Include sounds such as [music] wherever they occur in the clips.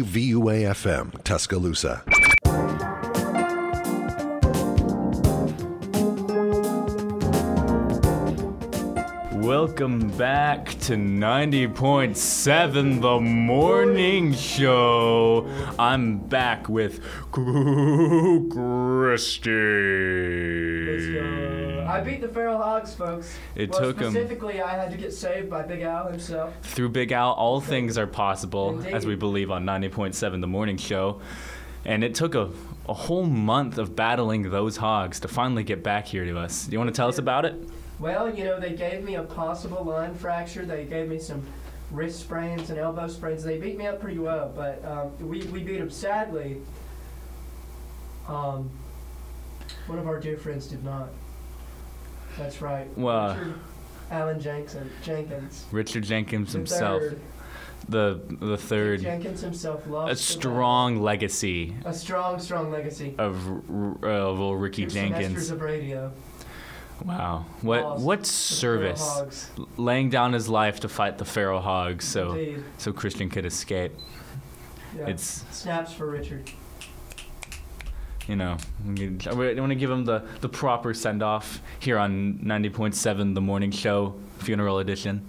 WVUA FM, Tuscaloosa. Welcome back to 90.7 The Morning Show. I'm back with Christy. uh, I beat the feral hogs, folks. It well, took 'em. Specifically, I had to get saved by Big Al himself. Through Big Al, all things are possible, as we Indeed. believe on 90.7 The Morning Show. And it took a, a whole month of battling those hogs to finally get back here to us. Do you want to tell us about it? Well, you know, they gave me a possible line fracture. They gave me some wrist sprains and elbow sprains. They beat me up pretty well, but um, we, we beat them sadly. Um, one of our dear friends did not. That's right. Well, Richard Alan Jenkins. Jenkins. Richard Jenkins the himself, third. the the third, Jenkins himself loves a strong legacy a strong, strong legacy. of r- r- of old Ricky Two semesters Jenkins. of radio. Wow, what Lost what to the feral service? hogs. Laying down his life to fight the feral hogs, so Indeed. so Christian could escape. Yeah. It's snaps for Richard. you know, I want to give him the the proper send off here on ninety point seven, the morning show, funeral edition.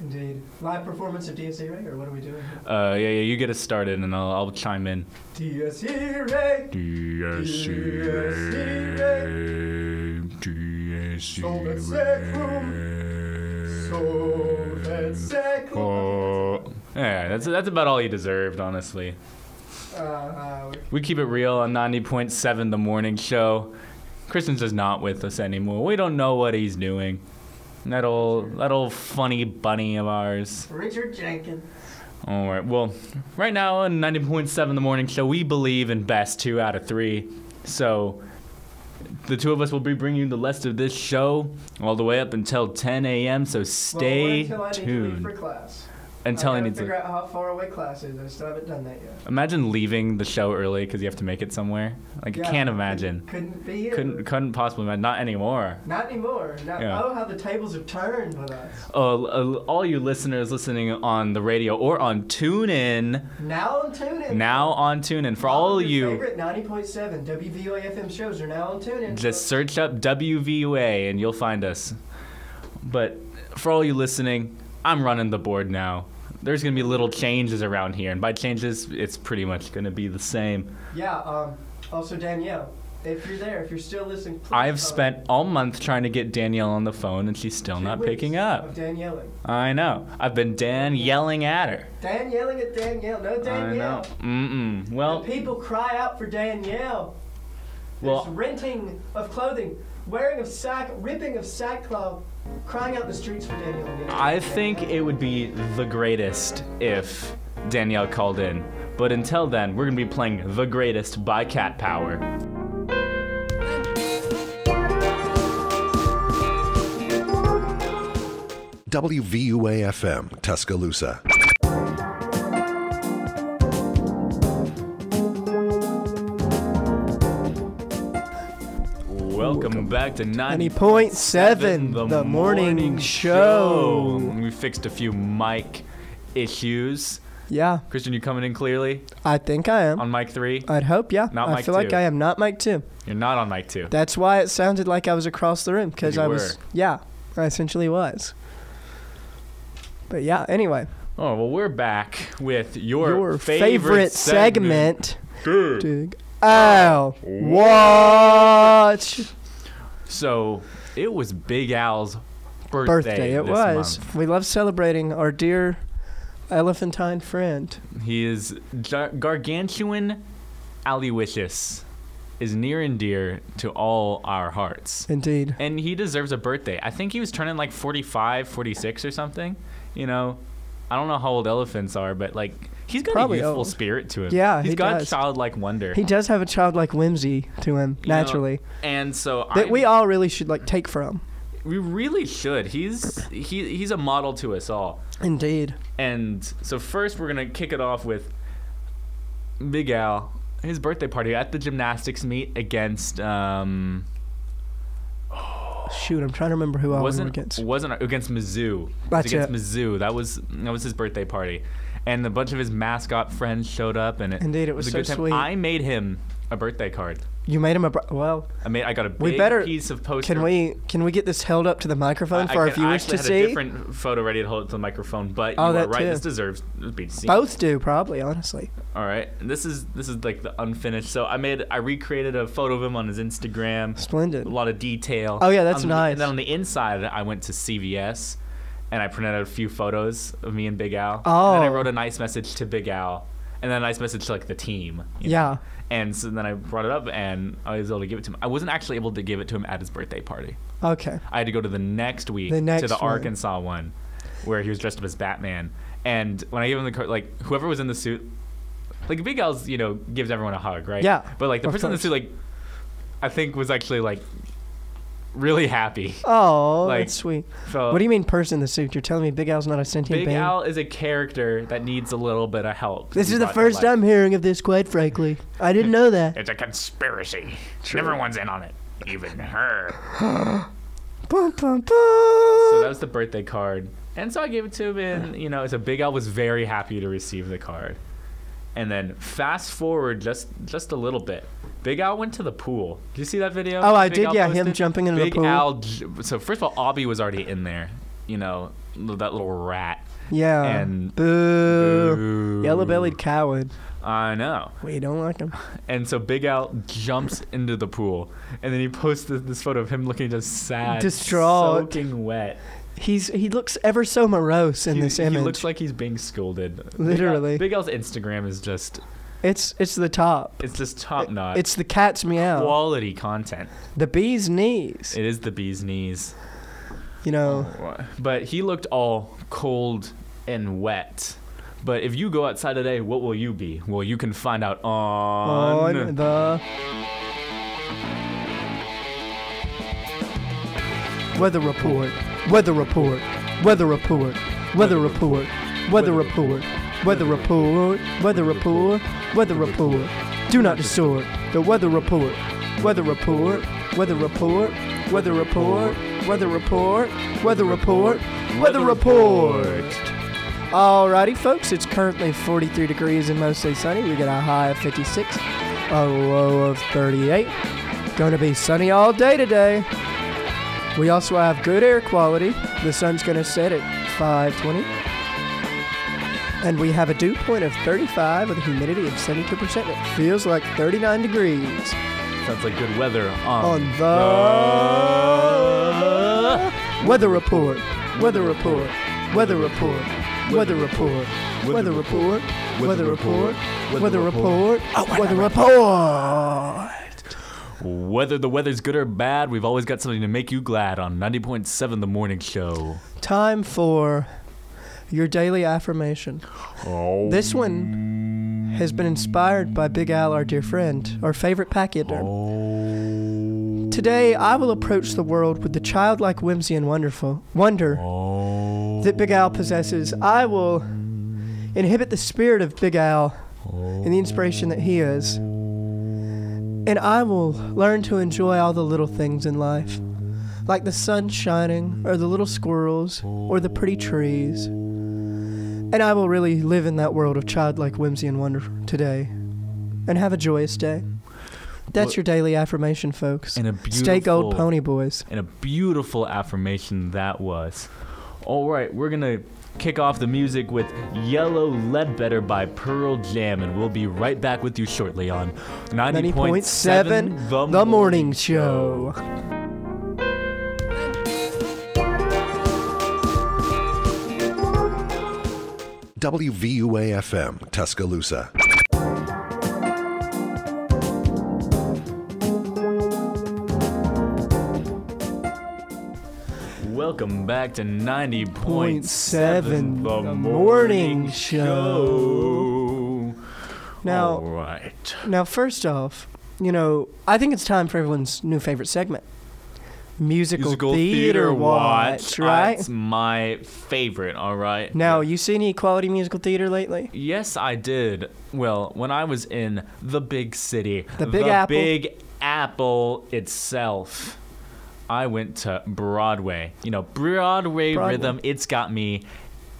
Indeed. Live performance of DSA Ray, or what are we doing? here? Uh, yeah, yeah, you get us started, and I'll, I'll chime in. DSA Ray! E E So that's sacrum. So that's sacrum. Yeah, that's that's about all you deserved, honestly. Uh, uh, We keep it real on 90.7 The Morning Show. Kristen's just not with us anymore. We don't know what he's doing. That old, that old funny bunny of ours. Richard Jenkins. All right. Well, right now on 90.7 The Morning Show, we believe in best two out of three. So the two of us will be bringing you the rest of this show all the way up until 10 a.m. So stay well, until I need to leave tuned. for class. until I I gotta need to. figure out how far away class is. I still haven't done that yet. Imagine leaving the show early because you have to make it somewhere. Like, I Yeah, can't couldn't- imagine. Couldn't be here. Couldn't, couldn't possibly imagine. Not anymore. Not anymore. Not, Yeah. Oh, how the tables have turned with us. Oh, uh, all you listeners listening on the radio or on TuneIn, Now on TuneIn. now on TuneIn. For all your you, favorite 90.7 WVOA FM shows are now on TuneIn. just search up WVUA and you'll find us. But for all you listening, I'm running the board now. There's going to be little changes around here, and by changes, it's pretty much going to be the same. Yeah. Um, also, Danielle, if you're there, if you're still listening, please I've um, spent all month trying to get Danielle on the phone, and she's still two not weeks picking up. Of Danielle. I know. I've been Dan yelling at her. Dan yelling at Danielle. No Danielle. I know. Mm mm. The Well, people cry out for Danielle. There's well, renting of clothing, wearing of sack, ripping of sackcloth, crying out the streets for Danielle. I think it would be the greatest if Danielle called in. But until then, we're going to be playing The Greatest by Cat Power. WVUA FM, Tuscaloosa. Welcome back to 90. 90.7 The, morning, show. We fixed a few mic issues. Yeah, Christian, you coming in clearly I think I am. on mic three? I'd hope, yeah. Not I mic feel like two. I am not Mike 2. You're not on mic two. That's why it sounded like I was across the room because You I was. were. Yeah, I essentially was. But yeah, anyway, Oh, well, we're back with your, your favorite, segment. segment. Dig. Ow. Watch. So it was Big Al's birthday. Birthday, it this was. month. We love celebrating our dear elephantine friend. He is gar- gargantuan. Aloysius is near and dear to all our hearts, Indeed. and he deserves a birthday. I think he was turning like 45, 46 or something. You know, I don't know how old elephants are, but like he's got Probably a youthful old. spirit to him. Yeah, he's he got does. childlike wonder, He does have a childlike whimsy to him, You know, naturally, and so that I'm- we all really should like take from. we really should. He's he he's a model to us all. Indeed. And so first we're gonna kick it off with Big Al, his birthday party at the gymnastics meet against um Shoot, I'm trying to remember who I was wasn't against. wasn't against Mizzou. It was That's against it. Mizzou. That was that was his birthday party. and a bunch of his mascot friends showed up, and it, Indeed, it was was a so good time. sweet. I made him a birthday card. you made him a br- well. I made. I got a big We better- piece of poster. Can we can we get this held up to the microphone I- for I our can- viewers to I actually had a see? different photo ready to hold it to the microphone, but Oh, you are that right. too. This deserves to be seen. Both do probably, honestly. All right, and this is this is like the unfinished. So I made I recreated a photo of him on his Instagram. Splendid. a lot of detail. Oh, yeah, that's On the- nice. And then on the inside, I went to CVS, and I printed out a few photos of me and Big Al. And then Oh. I wrote a nice message to Big Al, and then a nice message to like the team. you know? Yeah. And so then I brought it up, and I was able to give it to him. I wasn't actually able to give it to him at his birthday party. Okay. I had to go to the next week The to next the one. Arkansas one, where he was dressed up as Batman. And when I gave him the card, like whoever was in the suit, like Big Al's, you know, gives everyone a hug, right? Yeah, But like the of person in the course. suit, like, I think was actually like really happy. Oh, Like, that's sweet. So what do you mean, person in the suit? You're telling me Big Al's not a sentient Big being? Al is a character that needs a little bit of help. to this be is the brought to first life. I'm hearing of this, quite frankly. I didn't know [laughs] that. It's a conspiracy. Everyone's in on it, even her. Bum, bum, bum. So that was the birthday card. And so I gave it to him, and, you know, so Big Al was very happy to receive the card. And then fast forward just just a little bit. Big Al went to the pool. Did you see that video? Oh, I Big did, Al yeah, him jumping into the Big pool. Al, j- so first of all, Obby was already in there, you know, l- that little rat. yeah. and- boo. Ooh. Yellow bellied coward. I know. We don't like him. And so Big Al jumps into the pool, and then he posted this photo of him looking just sad, Distraught. soaking wet. He's he looks ever so morose in he, this he image. looks like he's being scolded. Big Al- Literally. Big Al's Instagram is just it's it's the top. it's just top notch. It's uh, the cat's meow. quality content. the bee's knees. It is the bee's knees. you know. But he looked all cold and wet. But if you go outside today, what will you be? Well, you can find out on. on the weather report weather report weather report weather report weather report weather report weather report weather report do not distort the weather report weather report weather report weather report weather report weather report weather report Alrighty, folks, it's currently 43 degrees and mostly sunny. We got a high of 56, a low of 38. Gonna be sunny all day today. We also have good air quality. The sun's gonna set at 520. And we have a dew point of 35 with a humidity of 72%. It feels like 39 degrees Sounds like good weather on on. the weather report. Weather report. Weather report. Weather report. Weather report. Weather report. Weather report. Oh, Weather report. Whether the weather's good or bad, we've always got something to make you glad on 90.7 The Morning Show. Time for your daily affirmation. Oh. This one has been inspired by Big Al, our dear friend, our favorite pachyderm. Oh. Today, I will approach the world with the childlike whimsy and wonderful wonder Oh. that Big Al possesses, I will inhibit the spirit of Big Al and the inspiration that he is. And I will learn to enjoy all the little things in life, like the sun shining, or the little squirrels, or the pretty trees. And I will really live in that world of childlike whimsy and wonder today and have a joyous day. That's Well- your daily affirmation, folks. And a beautiful, Stay gold, pony boys. And a beautiful affirmation that was. All right, we're gonna kick off the music with "Yellow Ledbetter" by Pearl Jam, and we'll be right back with you shortly on 90.7 The, Morning Show. WVUA FM Tuscaloosa. Welcome back to 90.7 90.7 The, The Morning Morning Show. Now- all right. Now, first off, you know, I think it's time for everyone's new favorite segment. Musical, theater, watch, right? It's my favorite, all right? now, you see any quality musical theater lately? Yes, I did. Well, when I was in the big city, The Big Apple. Big Apple itself, I went to Broadway. You know, Broadway, Broadway. rhythm, it's got me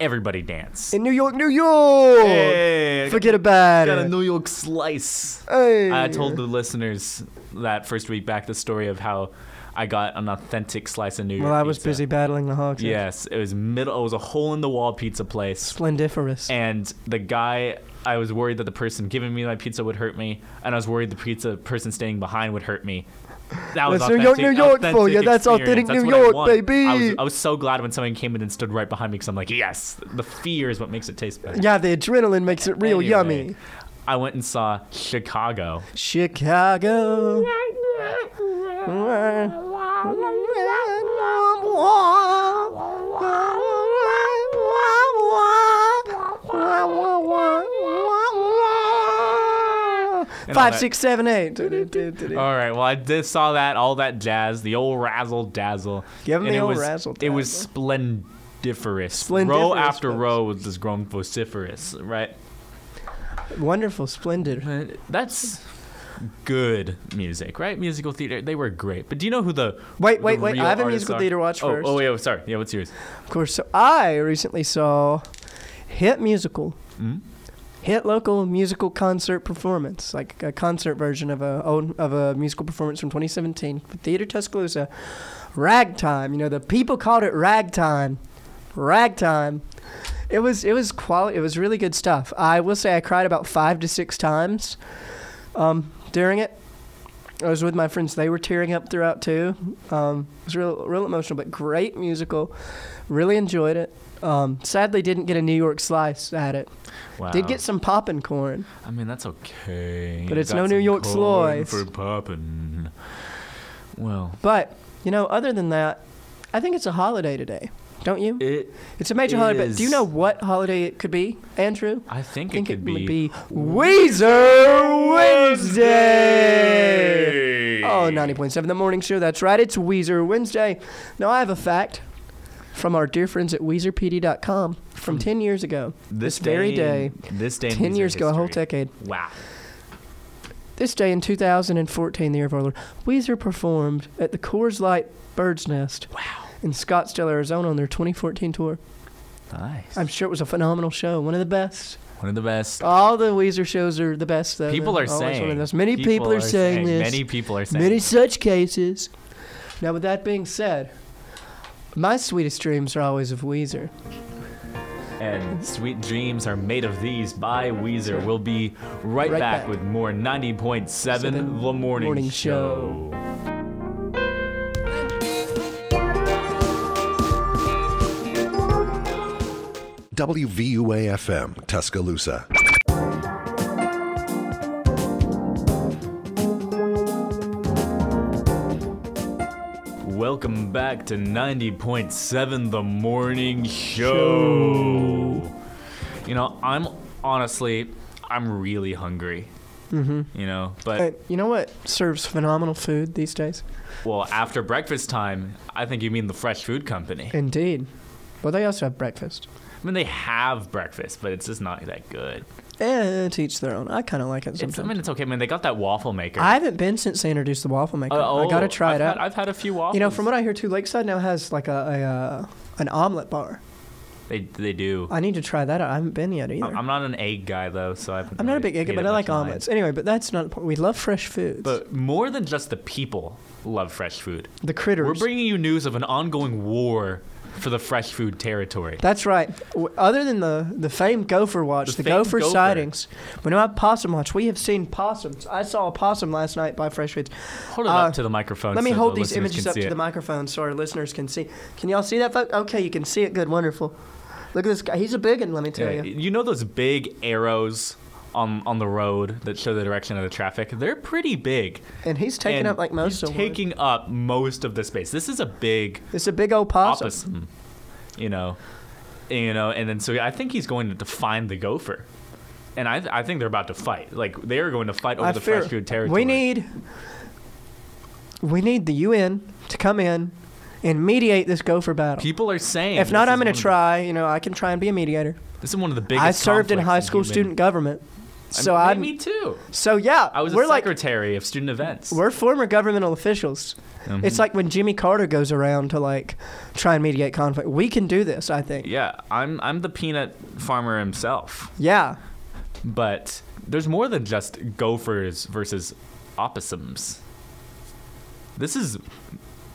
everybody dance. In New York, New York. Hey, Forget about got a it. New York slice. Hey. I told the listeners that first week back the story of how I got an authentic slice of New York. Well, I was pizza. busy battling the Hawks. Yes, it was middle. It was a hole in the wall pizza place, Splendiferous. and the guy. I was worried that the person giving me my pizza would hurt me, and I was worried the pizza person standing behind would hurt me. That was That's New York, authentic- New York for authentic you. That's authentic experience. New what I York, want. I was, baby. I was so glad when someone came in and stood right behind me because I'm like, yes, the fear is what makes it taste better. yeah, the adrenaline makes it real Anyway, yummy. I went and saw Chicago. Chicago. Five, that- Uh, six, seven, eight. All right. Well, I did saw that all that jazz, the old razzle dazzle. Give 'em And the it old was, razzle It was dazzle. splendiferous. Splendiferous, Row after folks. row was just grown vociferous, right? Wonderful, splendid. But that's good music, right? Musical theater, they were great. But do you know who the Wait, wait, the wait, I real have a artists musical are? theater watch oh, first. Oh, yeah. Sorry. Yeah. What's yours? Of course, so I recently saw Hit Musical. Hit local musical concert performance, like a concert version of a old, of a musical performance from 2017, for Theater Tuscaloosa. Ragtime, you know the people called it ragtime, ragtime. It was it was quality. It was really good stuff. I will say I cried about five to six times um, during it. I was with my friends. They were tearing up throughout too. Um, it was real real emotional, but great musical. Really enjoyed it. Um, sadly, didn't get a New York slice at it. Wow. Did get some poppin' corn. I mean, that's okay. But it's Got no New some York corn slice. For poppin'. Well, But, you know, other than that, I think it's a holiday today. Don't you? it. It's a major it holiday. But do you is. know what holiday it could be, Andrew? I think, I think it could would be. be Weezer Wednesday. Oh, 90.7 The Morning Show. That's right. It's Weezer Wednesday. Now, I have a fact from our dear friends at WeezerPD.com Hmm. from 10 years ago. This, very day, This day. in 10 Weezer years ago, a whole history. decade. Wow. This day in 2014, the year of our Lord, Weezer performed at the Coors Light Bird's Nest Wow. in Scottsdale, Arizona on their 2014 tour. Nice. I'm sure it was a phenomenal show, one of the best. One of the best. All the Weezer shows are the best, though. people They're are always Oh, one of saying. the best. Many people, are, saying, this. Many people are saying. Many such cases. Now, with that being said, my sweetest dreams are always of Weezer. And sweet dreams are made of these by Weezer. We'll be right, Right back, back. with more 90.7 Seven The Morning, Morning Show. show. WVUA FM Tuscaloosa. Welcome back to 90.7 The Morning Show. You know, I'm honestly, I'm really hungry. Mm-hmm. You know, but Uh, you know what serves phenomenal food these days? well, after breakfast time, I think you mean the fresh food company. Indeed. Well, they also have breakfast. I mean, they have breakfast, but it's just not that good. Eh, to each their own. I kind of like it It's, I sometimes. mean, it's okay. I mean, they got that waffle maker. I haven't been since they introduced the waffle maker. Uh, oh, I gotta try I've it had- out. I've had a few waffles. you know, from what I hear, too, Lakeside now has like a, a uh, an omelet bar. they they do. I need to try that out. I haven't been yet either. I'm not an egg guy though, so I haven't I'm not a really big egg, paid but it I like much mind. omelets. Anyway, but that's not the point. We love fresh foods. But more than just the people love fresh food. the critters. We're bringing you news of an ongoing war for the fresh food territory. That's right. W- Other than the, the famed gopher watch, The the, famed gopher, gopher. sightings, we know about possum watch. We have seen possums. I saw a possum last night by Fresh Foods. Hold it Uh, up to the microphone. Let me Oh, so hold the these listeners images can up see to it. the microphone so our listeners can see. Can y'all see that? fo- Okay, you can see it. Good, wonderful. Look at this guy. He's a big one, let me tell Yeah, you. You know those big arrows on on the road that show the direction of the traffic? They're pretty big. And he's taking And up like most he's of them. taking up most of the space. This is a big It's a big old possum. opossum, you know, you know, and then so I think he's going to find the gopher, and I I think they're about to fight. Like they are going to fight over I the fear- fresh food territory. We need we need the UN to come in and mediate this gopher battle. People are saying if not, this is I'm going one of to the- try. You know, I can try and be a mediator. this is one of the biggest. I served in conflicts high school human student government, So I I'm. me too. so yeah, I was we're a like secretary of student events. Mm-hmm. we're former governmental officials. It's like when Jimmy Carter goes around to like try and mediate conflict. We can do this, I think. yeah, I'm I'm the peanut farmer himself. Yeah. But there's more than just gophers versus opossums. This is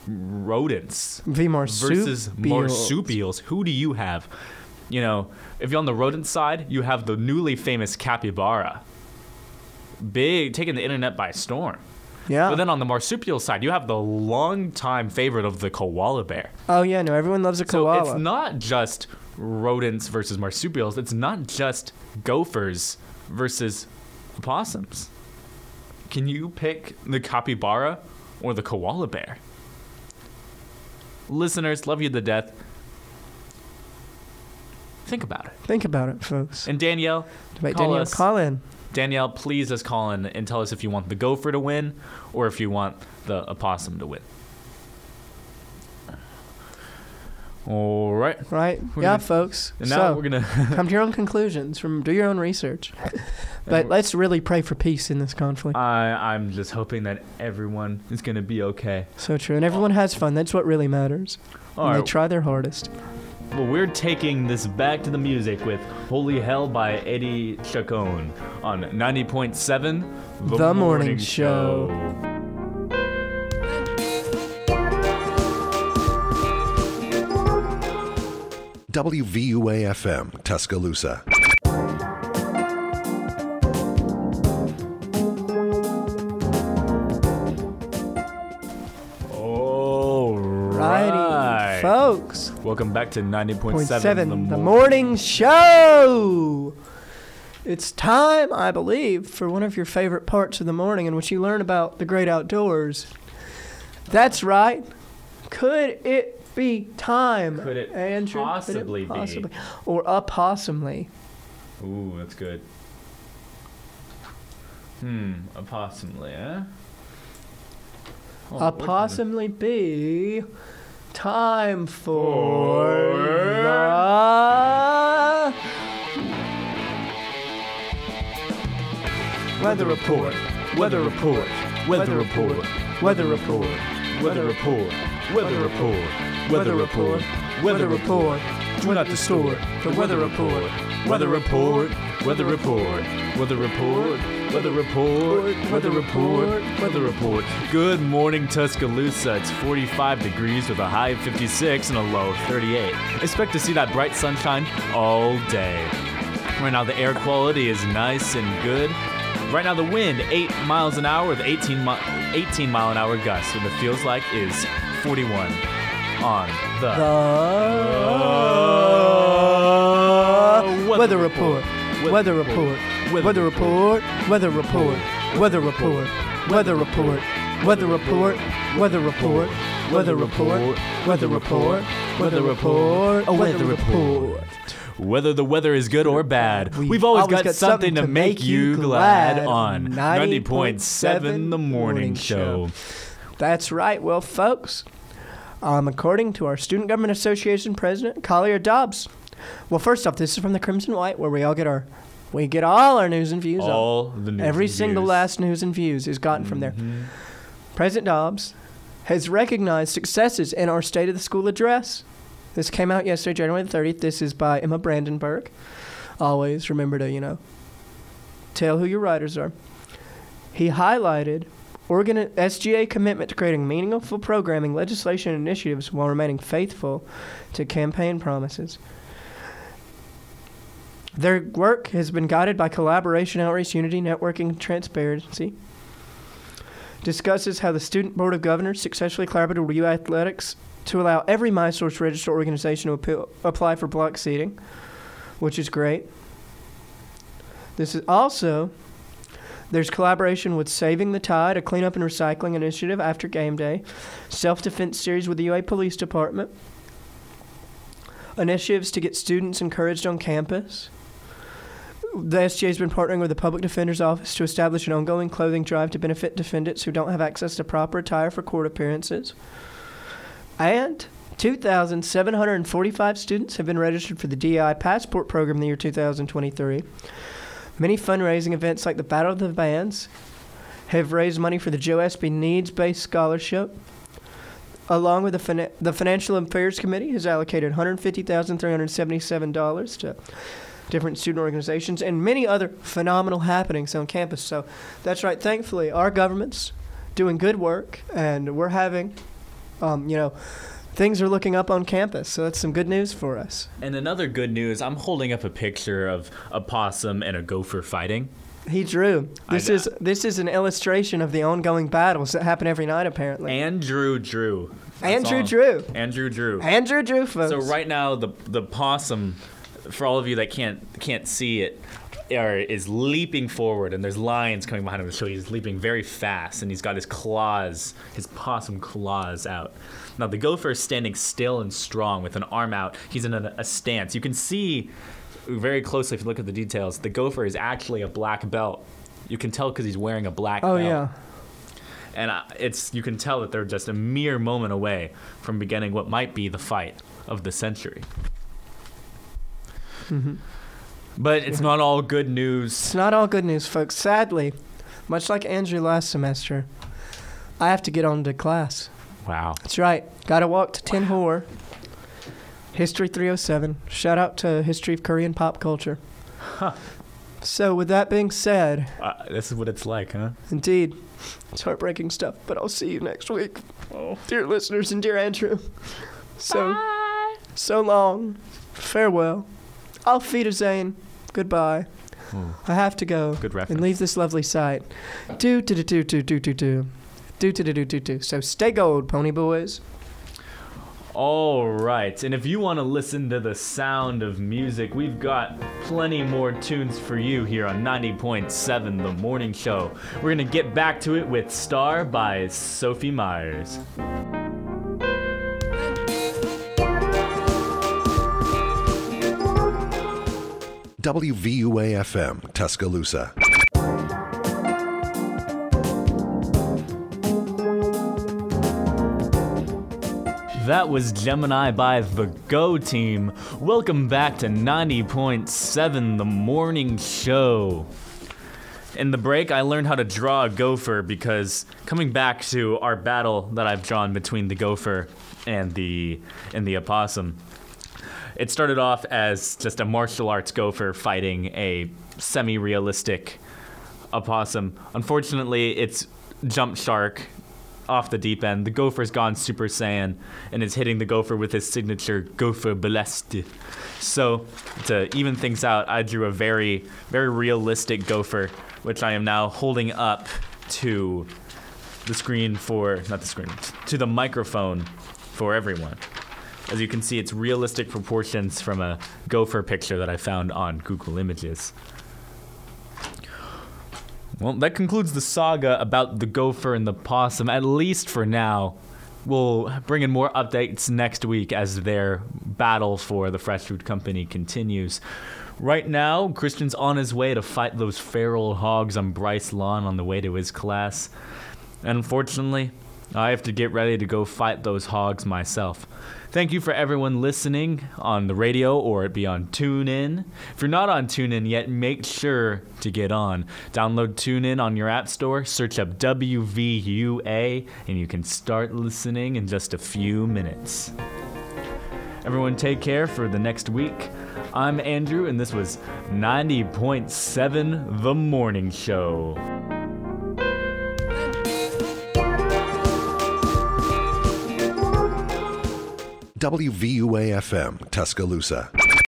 rodents V marsupial. versus marsupials. Who do you have? You know, if you're on the rodent side, you have the newly famous capybara. Big, taking the internet by storm. Yeah. But then on the marsupial side, you have the longtime favorite of the koala bear. oh yeah, no, everyone loves a So koala. it's not just rodents versus marsupials. It's not just gophers versus opossums. Can you pick the capybara or the koala bear? Listeners, love you to death. Think about it. Think about it, folks. And Danielle, Wait, call Danielle, us. call in. Danielle, please just call in and tell us if you want the gopher to win or if you want the opossum to win. All right. Right? We're yeah, gonna- folks. And now so, we're going to. come to your own conclusions. From do your [laughs] own research. but let's really pray for peace in this conflict. Uh, I, I'm just hoping that everyone is going to be okay. so true, and everyone has fun. That's what really matters. All and right. They try their hardest. well, we're taking this back to the music with Holy Hell by Eddie Chacon on 90.7 The Morning Show. WVUA FM Tuscaloosa. All Righty, right. folks. Welcome back to 90.7 Point seven, the, the morning. morning show. It's time, I believe, for one of your favorite parts of the morning in which you learn about the great outdoors. That's right. Could it be time? Could it Andrew? possibly be? Or opossumly. Ooh, that's good. Hmm, opossumly, eh? Oh, what kind of- Opossumly be time for For- the weather report. Weather report. Weather report. Weather report. Weather report. Weather report. Weather report. Weather report. Do not distort the weather report. Weather report. Weather report. Weather report. Weather report. Weather report. Weather report. Good morning, Tuscaloosa. It's 45 degrees with a high of 56 and a low of 38. Expect to see that bright sunshine all day. Right now, the air quality is nice and good. Right now, the wind, 8 miles an hour with 18, mi- 18 mile an hour gusts, and it feels like is 41 on the. Uh, The Uh, weather report. Weather report. Weather report. Weather report. Weather report. Weather report. Weather report. Weather report. Weather report. Weather report. Weather report. A weather report. Whether the weather is good or bad, We've we've, always, always got, got something, something to make you glad, on 90.7 90.7 The Morning Show. That's right. Well, folks, um, according to our Student Government Association president, Collier Dobbs. Well, first off, this is from the Crimson White, where we all get our, we get all our news and views. on. All the news Every and single views. Mm-hmm. last news and views is gotten from there. President Dobbs has recognized successes in our State of the School address. This came out yesterday, January the 30th. This is by Emma Brandenburg. Always remember to, you know, tell who your writers are. He highlighted Oregon SGA commitment to creating meaningful programming, legislation, and initiatives while remaining faithful to campaign promises. Their work has been guided by collaboration, outreach, unity, networking, and transparency. Discusses how the Student Board of Governors successfully collaborated with U Athletics to allow every MySource registered organization to appeal, apply for block seating, which is great. This is also there's collaboration with Saving the Tide, a cleanup and recycling initiative after game day, self defense series with the UA Police Department, initiatives to get students encouraged on campus. The SGA has been partnering with the Public Defender's Office to establish an ongoing clothing drive to benefit defendants who don't have access to proper attire for court appearances. And E 2,745 students have been registered for the DI Passport Program in the year 2023. Many fundraising events like the Battle of the Bands have raised money for the Joe Espy Needs Based Scholarship. Along with the, fin- the Financial Affairs Committee has allocated $150,377 to different student organizations and many other phenomenal happenings on campus. So that's right. Thankfully, our government's doing good work, and we're having, um, you know, things are looking up on campus. So that's some good news for us. And another good news, I'm holding up a picture of a possum and a gopher fighting. He drew. I This know. is this is an illustration of the ongoing battles that happen every night, apparently. Andrew Drew. That's Andrew all. Drew. Andrew Drew. Andrew Drew, folks. So right now the the possum, for all of you that can't can't see it, or is leaping forward, and there's lions coming behind him. So he's leaping very fast, and he's got his claws, his possum claws out. Now the gopher is standing still and strong with an arm out. He's in a, a stance. You can see very closely if you look at the details. The gopher is actually a black belt. You can tell because he's wearing a black Oh belt yeah. and I, it's you can tell that they're just a mere moment away from beginning what might be the fight of the century. But it's not all good Mm-hmm. It's news. not all good news, folks. Sadly, much like Andrew last semester, I have to get on to class. Wow. That's right. Gotta walk to Tin Hor. History 307. Shout out to History of Korean Pop Culture. So, with that being said, Uh, this is what it's like, huh? Indeed. It's heartbreaking stuff, but I'll see you next week. Dear listeners and dear Andrew. So so long. Farewell. I'll feed a Zane. Goodbye. I have to go Good and reference. leave this lovely site. Do do do do do do do do. Do do do do do do. So stay gold, pony boys. All right, and if you want to listen to the sound of music, we've got plenty more tunes for you here on 90.7 The Morning Show. We're going to get back to it with Star by Sophie Myers. WVUA FM Tuscaloosa. That was Gemini by The Go Team. Welcome back to 90.7 The Morning Show. In the break, I learned how to draw a gopher because coming back to our battle that I've drawn between the gopher and the and the opossum. It started off as just a martial arts gopher fighting a semi-realistic opossum. Unfortunately, it's jump shark off the deep end. The gopher's gone Super Saiyan and is hitting the gopher with his signature gopher blast. So, to even things out, I drew a very, very realistic gopher, which I am now holding up to the screen for, not the screen, to the microphone for everyone. As you can see, it's realistic proportions from a gopher picture that I found on Google Images. Well, that concludes the saga about the gopher and the possum, at least for now. We'll bring in more updates next week as their battle for the Fresh Food Company continues. Right now, Christian's on his way to fight those feral hogs on Bryce Lawn on the way to his class. And unfortunately, I have to get ready to go fight those hogs myself. Thank you for everyone listening on the radio or it be on TuneIn. If you're not on TuneIn yet, make sure to get on. Download TuneIn on your app store, search up WVUA, and you can start listening in just a few minutes. Everyone, take care for the next week. I'm Andrew, and this was 90.7 The Morning Show. WVUA FM Tuscaloosa.